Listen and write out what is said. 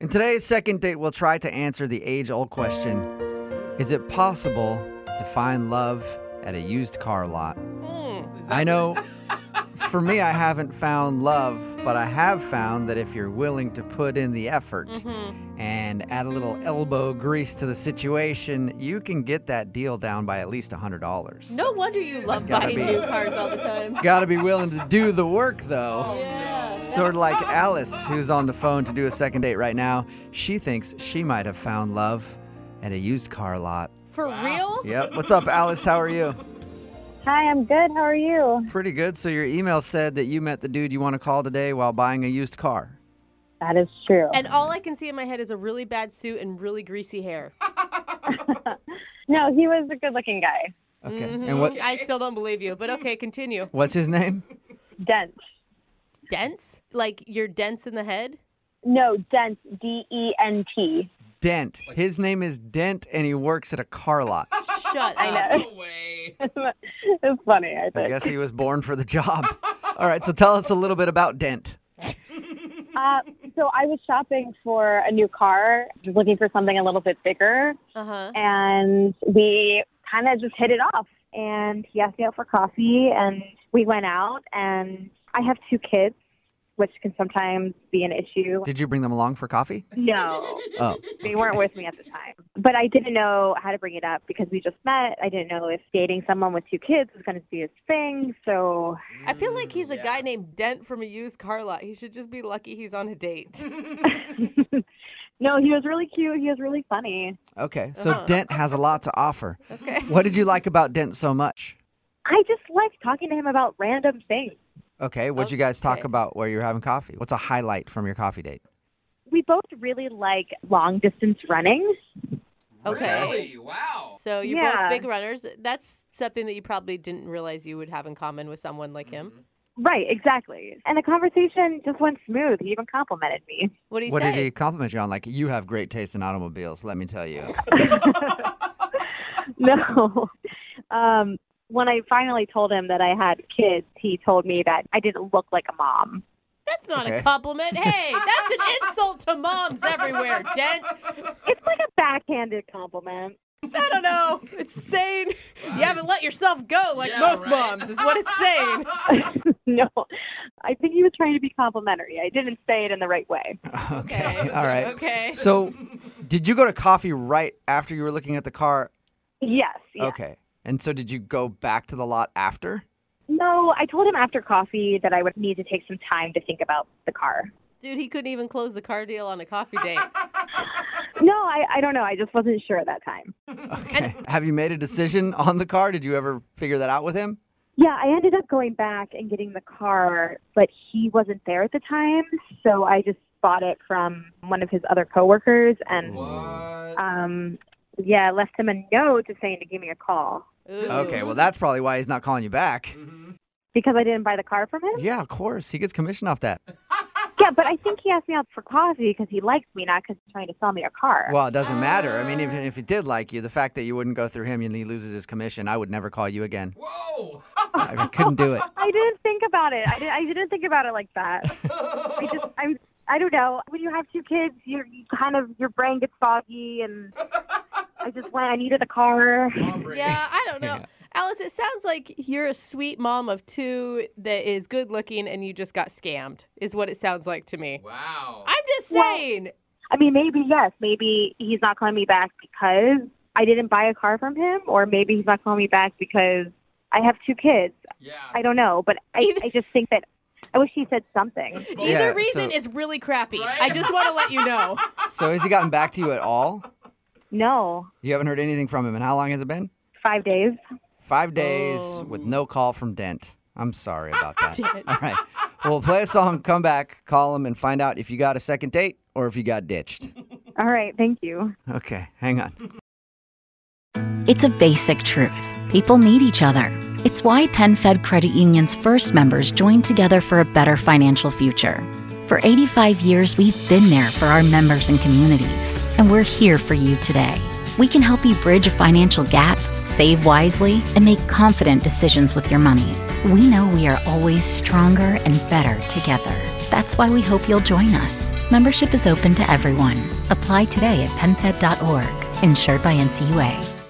In today's second date, we'll try to answer the age old question Is it possible to find love at a used car lot? I know for me, I haven't found love, but I have found that if you're willing to put in the effort and add a little elbow grease to the situation, you can get that deal down by at least $100. No wonder you love Gotta buying be. new cars all the time. Gotta be willing to do the work though. Oh, Yeah. Sort of like Alice, who's on the phone to do a second date right now. She thinks she might have found love at a used car lot. For real? Yep. What's up, Alice? How are you? Hi, I'm good. How are you? Pretty good. So, your email said that you met the dude you want to call today while buying a used car. That is true. And all I can see in my head is a really bad suit and really greasy hair. no, he was a good looking guy. Okay. And what I still don't believe you, but okay, continue. what's his name? Dense. Dense? Like you're dense in the head? No, dense. D E N T. Dent. His name is Dent and he works at a car lot. Shut I up. know. No way. it's funny, I I think. guess he was born for the job. All right, so tell us a little bit about Dent. Uh, so I was shopping for a new car, just looking for something a little bit bigger, Uh huh. and we kind of just hit it off. And he asked me out for coffee, and we went out. And I have two kids, which can sometimes be an issue. Did you bring them along for coffee? No. Oh. They weren't with me at the time. But I didn't know how to bring it up because we just met. I didn't know if dating someone with two kids was going to be his thing. So I feel like he's a guy named Dent from a used car lot. He should just be lucky he's on a date. no, he was really cute. He was really funny. Okay, so Dent has a lot to offer. Okay. What did you like about Dent so much? I just liked talking to him about random things. Okay, what'd you guys talk Okay. about where you were having coffee? What's a highlight from your coffee date? We both really like long distance running. Okay. Really? Wow. So you're Yeah. both big runners. That's something that you probably didn't realize you would have in common with someone like him. Right, exactly. And the conversation just went smooth. He even complimented me. What do you what say? did he compliment you on? Like, you have great taste in automobiles, let me tell you. No. Um, when I finally told him that I had kids, he told me that I didn't look like a mom. That's not a Okay. compliment. Hey, that's an insult to moms everywhere, Dent. It's like a backhanded compliment. I don't know. It's saying you haven't let yourself go like Yeah, most right. moms is what it's saying. no, I think he was trying to be complimentary. I didn't say it in the right way. Okay. All right. Okay. So, did you go to coffee right after you were looking at the car? Yes. yes. Okay. And so, did you go back to the lot after? No, I told him after coffee that I would need to take some time to think about the car. Dude, he couldn't even close the car deal on a coffee date. No, I, I don't know. I just wasn't sure at that time. Okay. Have you made a decision on the car? Did you ever figure that out with him? Yeah, I ended up going back and getting the car, but he wasn't there at the time, so I just bought it from one of his other coworkers and What? um yeah, left him a note just saying to give me a call Ooh. Okay, well, that's probably why he's not calling you back. Mm-hmm. because I didn't buy the car from him. Yeah, of course. He gets commission off that. Yeah, but I think he asked me out for coffee because he likes me, not because he's trying to sell me a car. Well, it doesn't matter. I mean, even if he did like you, the fact that you wouldn't go through him and he loses his commission, I would never call you again. Whoa. I couldn't do it. I didn't think about it. I, did, I didn't think about it like that. I just, I'm, I don't know. When you have two kids, you're you kind of your brain gets foggy, and I just went. I needed a car. Aubrey. Yeah, I don't know. Alice, it sounds like you're a sweet mom of two that is good looking and you just got scammed, is what it sounds like to me. Wow. I'm just saying. I mean, maybe yes, maybe he's not calling me back because I didn't buy a car from him, or maybe he's not calling me back because I have two kids. Yeah. I don't know, but I, I just think that I wish he said something. Both. Either Yeah, reason so- is really crappy. Right? I just want to let you know. So, has he gotten back to you at all? No, You haven't heard anything from him. And how long has it been? five days. Five days Oh. with no call from Dent. I'm sorry about that. All right. We'll play a song, come back, call him, and find out if you got a second date or if you got ditched. All right, thank you. Okay, hang on. It's a basic truth. People need each other. It's why PenFed Credit Union's first members joined together for a better financial future. For 85 years, we've been there for our members and communities, and we're here for you today. We can help you bridge a financial gap, save wisely, and make confident decisions with your money. We know we are always stronger and better together. That's That's why we hope you'll join us. Membership is open to everyone. Apply today at penfed.org, insured by NCUA.